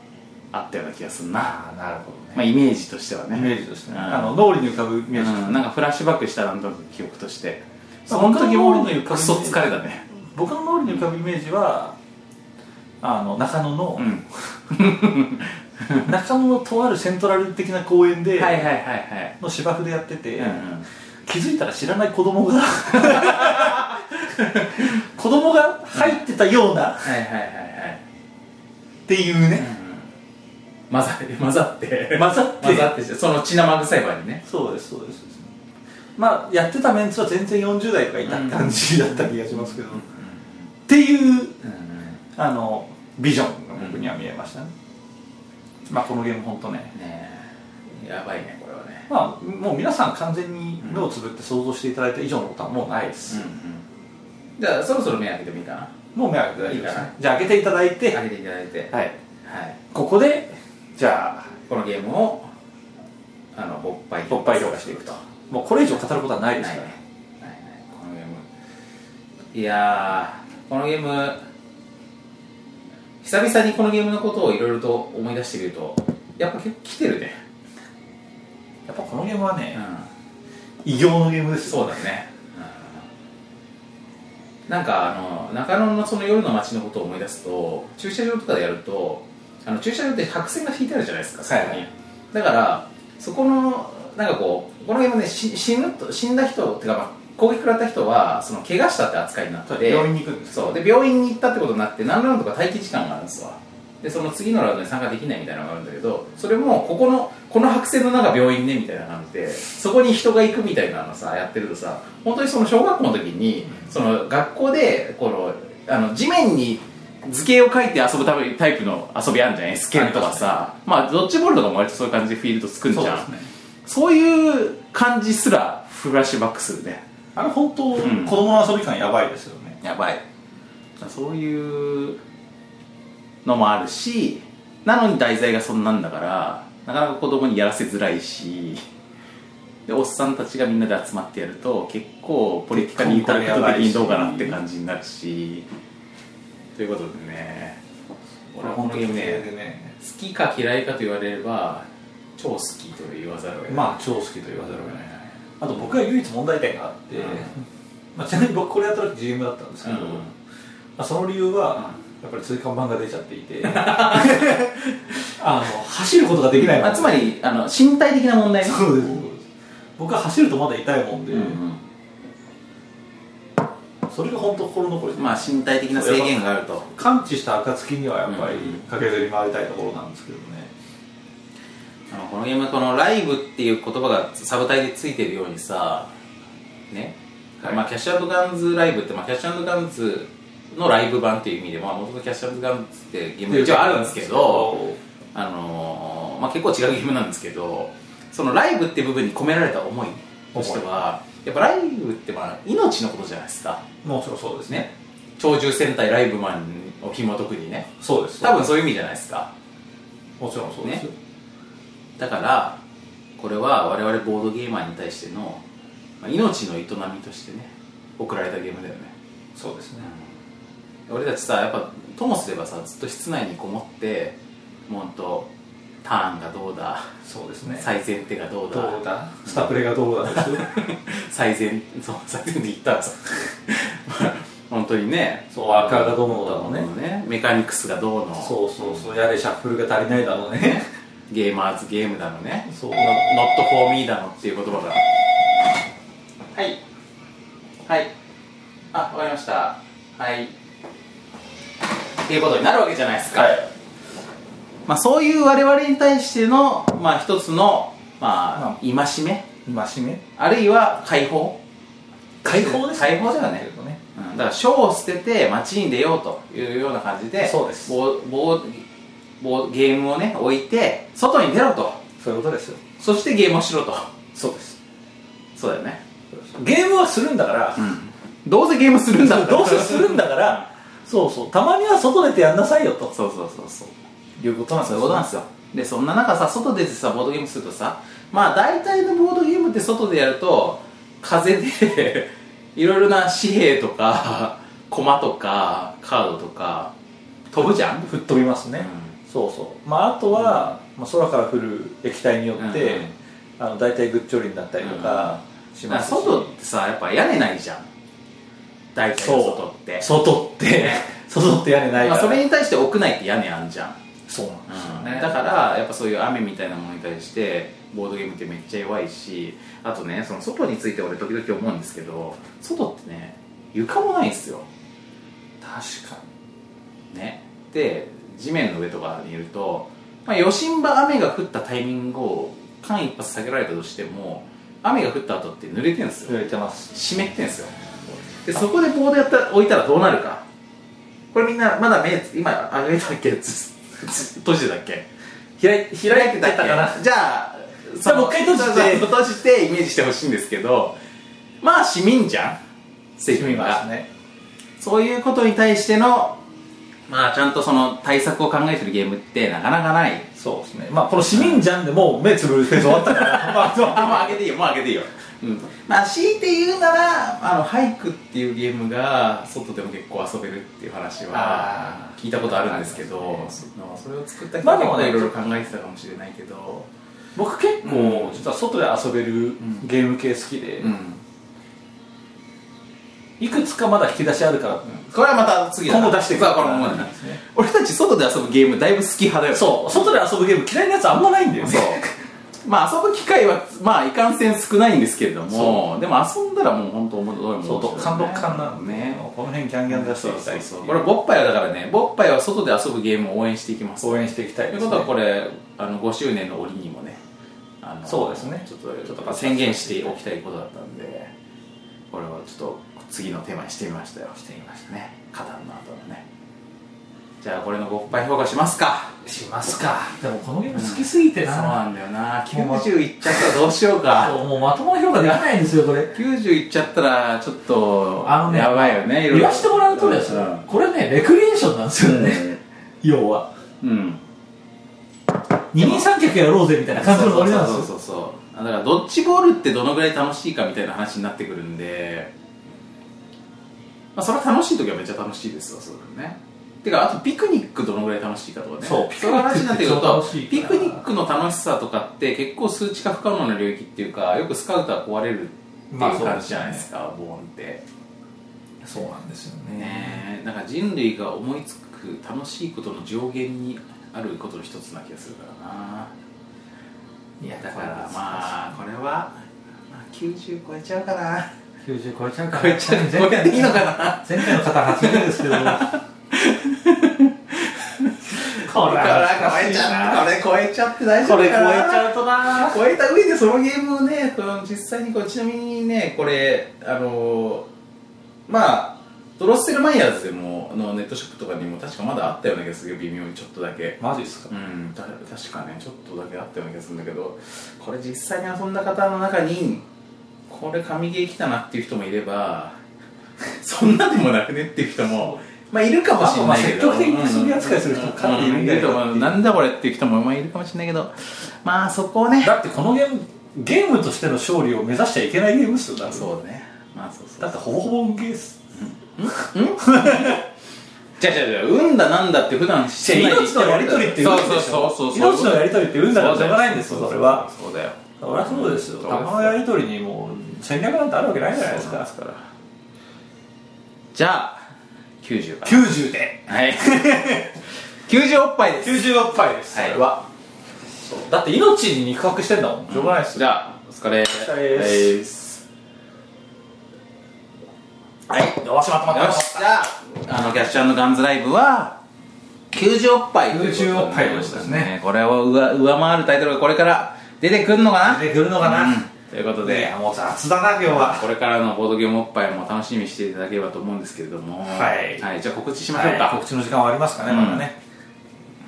あったような気がするな、
ああなるほどね、
まあ、イメージとしてはね
イメージとしてね、
うん
あの脳裏に浮かぶイメージとして、
うん、なんかフラッシュバックしたなんとなく記憶として
ま
そ
あ
の時も
僕の脳裏の床
クソ疲れたね
僕の脳裏に浮かぶイメージはあの中野の
う、ん
中野のとあるセントラル的な公園で、
はいはいはいはい
の芝生でやってて、
うんうん
気づいたら知らない子供が 子供が入ってたような、っ
はいはいはいはい
ていうね、
混ざって混ざって
混ざっ て
混ざってその血生臭い場にね
そうですそうですまあやってたメンツは全然40代とかいたって感じだった気がしますけど、っていう
うん
あのビジョンが僕には見えましたね、まあこのゲーム本当ね
ねえやばいねこれはね
まあもう皆さん完全に目をつぶって想像していただいた以上のことはもうないです、
じゃあそろそろ目開けてもいいかな
もう目開けて大丈夫
い
で
い
す
かな
ねじゃあ開けていただいて、
開けていただいて
はい、
はい
ここでじゃあ
このゲームをあの勃発
勃発評価していくともうこれ以上語ることはない
ない
で
ね
す
な
か
い
ら、
ねこのゲームいやーこのゲーム久々にこのゲームのことをいろいろと思い出してみるとやっぱ結構来てるね
やっぱこのゲームはね、
う
異形のゲームですよ
そうだね、うんなんかあの中野のその夜の街のことを思い出すと駐車場とかでやるとあの駐車場って白線が引いてあるじゃないですかそこに、
はいはい
だからそこのなんかこうこのゲームねし死ぬと死んだ人っていうか、まあ、攻撃食らった人はその怪我したって扱いになって
病院に行くんです
そうで病院に行ったってことになって何ラウンドか待機時間があるんですわでその次のラウンドに参加できないみたいなのがあるんだけどそれもここのこの白線の中病院ねみたいな感じでそこに人が行くみたいなのさやってるとさ本当にその小学校の時にその学校でこのあの地面に図形を書いて遊ぶタイプタイプの遊びあるじゃないスケールとかさまあドッジボールとかも割とそういう感じでフィールド作るじゃん
そうですね
そういう感じすらフラッシュバックするね
あれ本当、
ん
子供の遊び感やばいですよね
やばいそういうのもあるしなのに題材がそんなんだからなかなか子供にやらせづらいしでおっさんたちがみんなで集まってやると結構ポリティカルに至ること的にどうかなって感じになるしということでね俺はこのゲーム
嫌い
ね
でね
好きか嫌いかと言われれば超好きと言わざるを得ない
まあ超好きと
あ
言わざるを得ない
い
あと僕が唯一問題点があって、
うん
まあ、ちなみに僕これやった時 GM だったんですけど、
うん
まあ、その理由は、やっぱり追看板が出ちゃってい てあの走ることができない
まあつまりあの身体的な問題ね
そうです僕は走るとまだ痛いもんで、
うんうん
それが本当心残りで、
まあ身体的な制限があると
完治した暁にはやっぱり
うん
駆けずり回りたいところなんですけどね、
あのこのゲームこのライブっていう言葉がサブタイでついてるようにさね、
はい
まあキャッシュガンズライブって、まあ、キャッシュガンズのライブ版っていう意味でまあ元々キャッシュガンズってゲームが一応あるんですけどあのーまあ結構違うゲームなんですけどそのライブって部分に込められた思いとしてはやっぱライブってまあ命のことじゃないですか
もちろんそうですね
ね鳥獣戦隊ライブマンを紐解くにね
そうです
多分そういう意味じゃないですか
もちろんそうですよ、
だからこれは我々ボードゲーマーに対してのまあ命の営みとしてね送られたゲームだよね、
そうですね
俺たちさやっぱともすればさずっと室内にこもってもうほんとターンがどうだ
そうですね
最前手がどうだ
どうだスタプレがどうだですよ
最前そう最前手言ったらさ 本当にね
そうアーカーがどうのだろうね
メカニクスがどうの
そうそうそうやれシャッフルが足りないだろうね
ゲーマーズゲームだのね
そう
ノノットフォーミーだのっていう言葉がはいはいあわかりましたはいっていうことになるわけじゃないですか、まあ、そういう我々に対しての、まあ、一つの、まあ、戒め
今しめ
あるいは解放、
解
放ですね
解放ではないけどね
うん、だから書を捨てて街に出ようというような感じで
そうです
ボーボーボーゲームをね置いて外に出ろと
そういうことですよ
そしてゲームをしろと
そうです
そうだよね
ゲームはするんだから、
どうせゲームするんだ
どうせするんだからそうそうたまには外出てやんなさいよと
そうそうそうそう
いうことなんです
そう
よ
いうことなんですよでそんな中さ外出てさボードゲームするとさまあ大体のボードゲームって外でやると風でいろいろな紙幣とか駒とかカードとか飛ぶじゃん
吹っ飛びますね、そうそうまああとは、まあ、空から降る液体によって、
うんうん
あの大体ぐっちょりになったりとかし
だか
ま
ら
すし、
外ってさやっぱ屋根ないじゃん大体の外って
外 って外って屋根ないか
まあ、
ら、
それに対して屋内って屋根あんじゃん、
そうなんですよね、
だからやっぱそういう雨みたいなものに対してボードゲームってめっちゃ弱いしあとねその外について俺時々思うんですけど外ってね床もないんですよ
確か
ねで地面の上とかにいると、まあ、余震場雨が降ったタイミングを間一髪避けられたとしても雨が降った後って濡れてるんですよ
に濡れてます
湿ってんすよでそこでボードやったら置いたらどうなるかこれみんなまだ目つ今上げたっけつつ閉じてたっけ
開い開いてた
っけ
かな
じゃあ
じゃあもう一回閉じて
そうそう閉じてイメージしてほしいんですけどまあ市民じゃん市
閉みますね
そういうことに対してのまあちゃんとその対策を考えてるゲームってなかなかない
そうですねまあこの市民じゃんでもう目つぶるフェーズ終わったか らまあそう
あもう上げていいよもう上げていいよ、うん、まあ強いて言うならあの俳句っていうゲームが外でも結構遊べるっていう話は
あ
聞いたことあるんですけど
ありま
そ
す
れを作った人
まあ
は
で
結
も
構
ね
いろいろ考えてたかもしれないけど
僕結構実は外で遊べるゲーム系好きで、
うん
いくつかまだ引き出しあるから、
これはまた次だ
今後出していく
そうこれもうね俺たち外で遊ぶゲームだいぶ好き派だよね
そう外で遊ぶゲーム嫌いなやつあんまないんだよね
そうまあ遊ぶ機会はまあいかんせん少ないんですけれど
そ
もでも遊んだらもう本当思うも
そうと感動感なの
ね
この辺ギャンギャン出し
そ
ていうき
そ
たいう
そうこれボッパイはだからねボッパイは外で遊ぶゲームを応援していきます
応援していきたい
とい
で
う
す、
こ
ね、
とはこれあの5周年の折にもねあの
そうですね
ちょっとちょっとやっぱ宣言しておきたいことだったんでこれをちょっと次のテーマにしてみましたよしてみましたねカタンの後のねじゃあこれのごっぱい評価しますか
しますかでもこのゲーム好きすぎて
そう
な、
なんだよな90いっちゃったらどうしよう
そ
か
うもうまともな評価できないんですよこれ
90いっちゃったらちょっと
あのね
やばいよねいろい
言
ろ
わしてもらうとですね、これねレクリエーションなんですよね、要は
うん、うん
二人三脚やろうぜみたいな感じのノリなんです
そ
よ
うそうそうそうだからドッジボールってどのぐらい楽しいかみたいな話になってくるんでまあそれは楽しい時はめっちゃ楽しいですわそうだよねてかあとピクニックどのぐらい楽しいかとかね
そう
いう話になってくると
ピ
ピ
ク
ク
ニ
ニ
ッ
ックの楽しさとかって結構数値化不可能な領域っていうかよくスカウター壊れるっていう
まあそうですね
感じじゃないですか、ボーンって
そうなんですよ
ねえなんか人類が思いつく楽しいことの上限にあることの一つな気がするからない
や
だからまあこれは、まあ、90超えちゃうかな
90超えちゃうか
超えちゃう超えていいのかな
前回の方80ですけど変こ
これ超えちゃってこれ超えちゃって大丈
こ
夫
れ
か
超えち
な
ゃうとな
超えた上でそのゲームをねこの実際にこうちなみにねこれあのーまあドロッセルマイヤーズでもあのネットショップとかにも確かまだあったような気がするけど微妙にちょっとだけ
マジですか
うんた確かねちょっとだけあったような気がするんだけどこれ実際に遊んだ方の中にこれ神ゲー来たなっていう人もいれば そんなでもなくねっていう人もまあいるかもしれないけど
あとまあ積極的にそういう扱いする人もかなりいるんだよな
うんうんなんだこれっていう人もまあいるかもしれないけどまあそこをね
だってこのゲームゲームとしての勝利を目指しちゃいけないゲームっすよだ
そうだねまあそうそう
だってほぼほぼゲース
じゃじゃじゃ運だなんだって普段し
命のやり取りっていう
そ
ん
う
で
そう
し
そうそう
ょ命のやり取りって運だからしょうがないんですよそれは
そうだよ
そりゃそうですよ
そうです
玉のやり取りにもう戦略なんてあるわけないじゃないです
そ
か
うなんですからじゃあ90から
90で
はい 90おっぱいです
96杯です
はい
それはそうだって命に肉薄してんだもんしょうがないです
じゃあお疲れお
疲れですはいよしまとまった
よしじゃああのキャッシュガンズライブは90おっぱいということになりま
90おっぱいでしたね
これを上上回るタイトルがこれから出てくるのかな
出てくるのかな
うんということ
い
で
やもう雑だな今日は
これからのボードゲームおっぱいも楽しみにしていただければと思うんですけれども
はい
じゃあ告知しましょうか、
はい告知の時間はありますかね
うん
まだね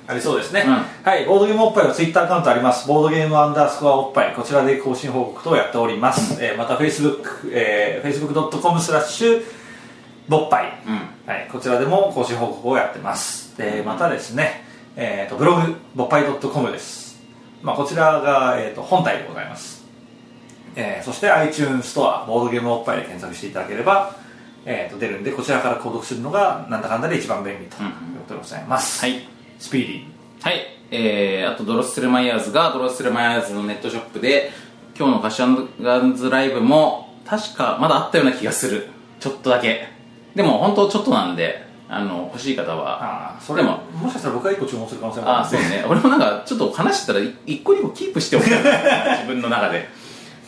ありそうですね、
うん
はいボードゲームおっぱいはツイッターアカウントありますボードゲームアンダースコアおっぱいこちらで更新報告等をやっております、えーまた Facebook、えー、facebook.com スラッシュぼっぱい
うん
はい、こちらでも更新報告をやってますでまたですね、えー、とブログぼっぱい .com です、まあ、こちらが、えー、と本体でございます、えーそして iTunes ストアボードゲームおっぱいで検索していただければ、えー、と出るんでこちらから購読するのがなんだかんだで一番便利と
う
い
ん
うことでございます、
はい
スピーディー
はいえー、あとドロッセルマイヤーズがドロッセルマイヤーズのネットショップで今日のカシャンガンズライブも確かまだあったような気がするちょっとだけでも本当ちょっとなんであの欲しい方は
ああそれ
で
も
も
もしかしたら僕が一個注文する可能性も
あ
あ
あ
るん
そ
で
うね俺もなんかちょっと話してたらい一個にもキープしておく 自分の中で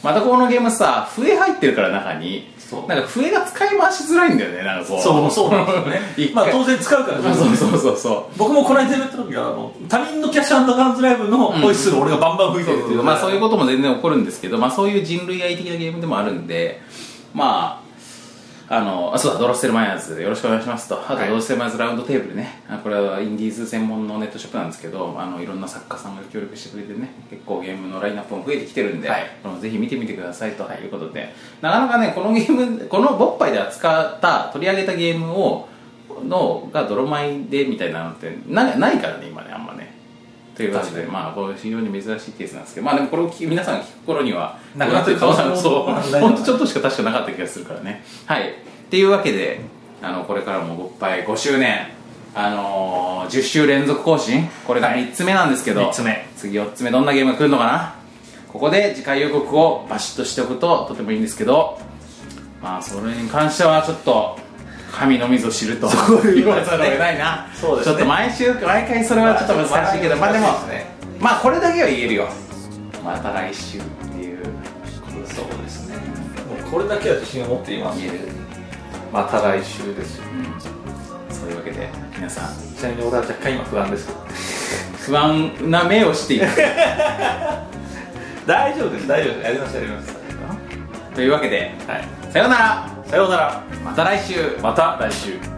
またこのゲームさ笛入ってるから中に
そう
なんか笛が使い回しづらいんだよねなんかこう
そう そうなんですよね
一回
まあ当然使うから
そうそうそうそうそ
僕もこの間やった時はあの他人のキャッシュガンズライブのホイッスルを俺がバンバン吹いてるっていうう、
まあそういうことも全然起こるんですけどまあそういう人類愛的なゲームでもあるんでまああのあそうだドロッセルマイヤーズよろしくお願いしますとあと、
はい
ドロッセルマイヤーズラウンドテーブルねあこれはインディーズ専門のネットショップなんですけどあのいろんな作家さんが協力してくれてね結構ゲームのラインナップも増えてきてるんで、
はい
あのぜひ見てみてくださいということで、なかなかねこのゲーム この「ボッパイ」で扱った取り上げたゲームをのが泥米でみたいなのってなないからね今ねあんまねということ
確
でまあこれ非常に珍しいケースなんですけどまあでもこれを聞く皆さんが聞く頃には
なくなってる
可能性も
可能性
そ
もなくな
う
い
ほんとちょっとしか確かなかった気がするからねはいっていうわけであのこれからも「ボッパイ」5周年あのー、10週連続更新これが3つ目なんですけど、
はい三つ目
次4つ目どんなゲームが来るのかなここで次回予告をバシッとしておくととてもいいんですけどまあそれに関してはちょっと神のみぞ知ると
そういう
言わざるを得ないな
そうです
ち
ね
ょっと毎週毎回それはちょっと難しいけどま
ま
あ
あ
でも
難しいですね
まあこれだけは言えるよまた来週っていうことだと
そうですねもうこれだけは自信を持っています
言える
また来週ですよ
そういうわけで皆さん
ちなみに俺は若干今不安ですけど
不安な目をしていく
大丈夫です大丈夫ですやりましたやりまし
というわけで
たはい
さようなら
さようなら
また来週
また来週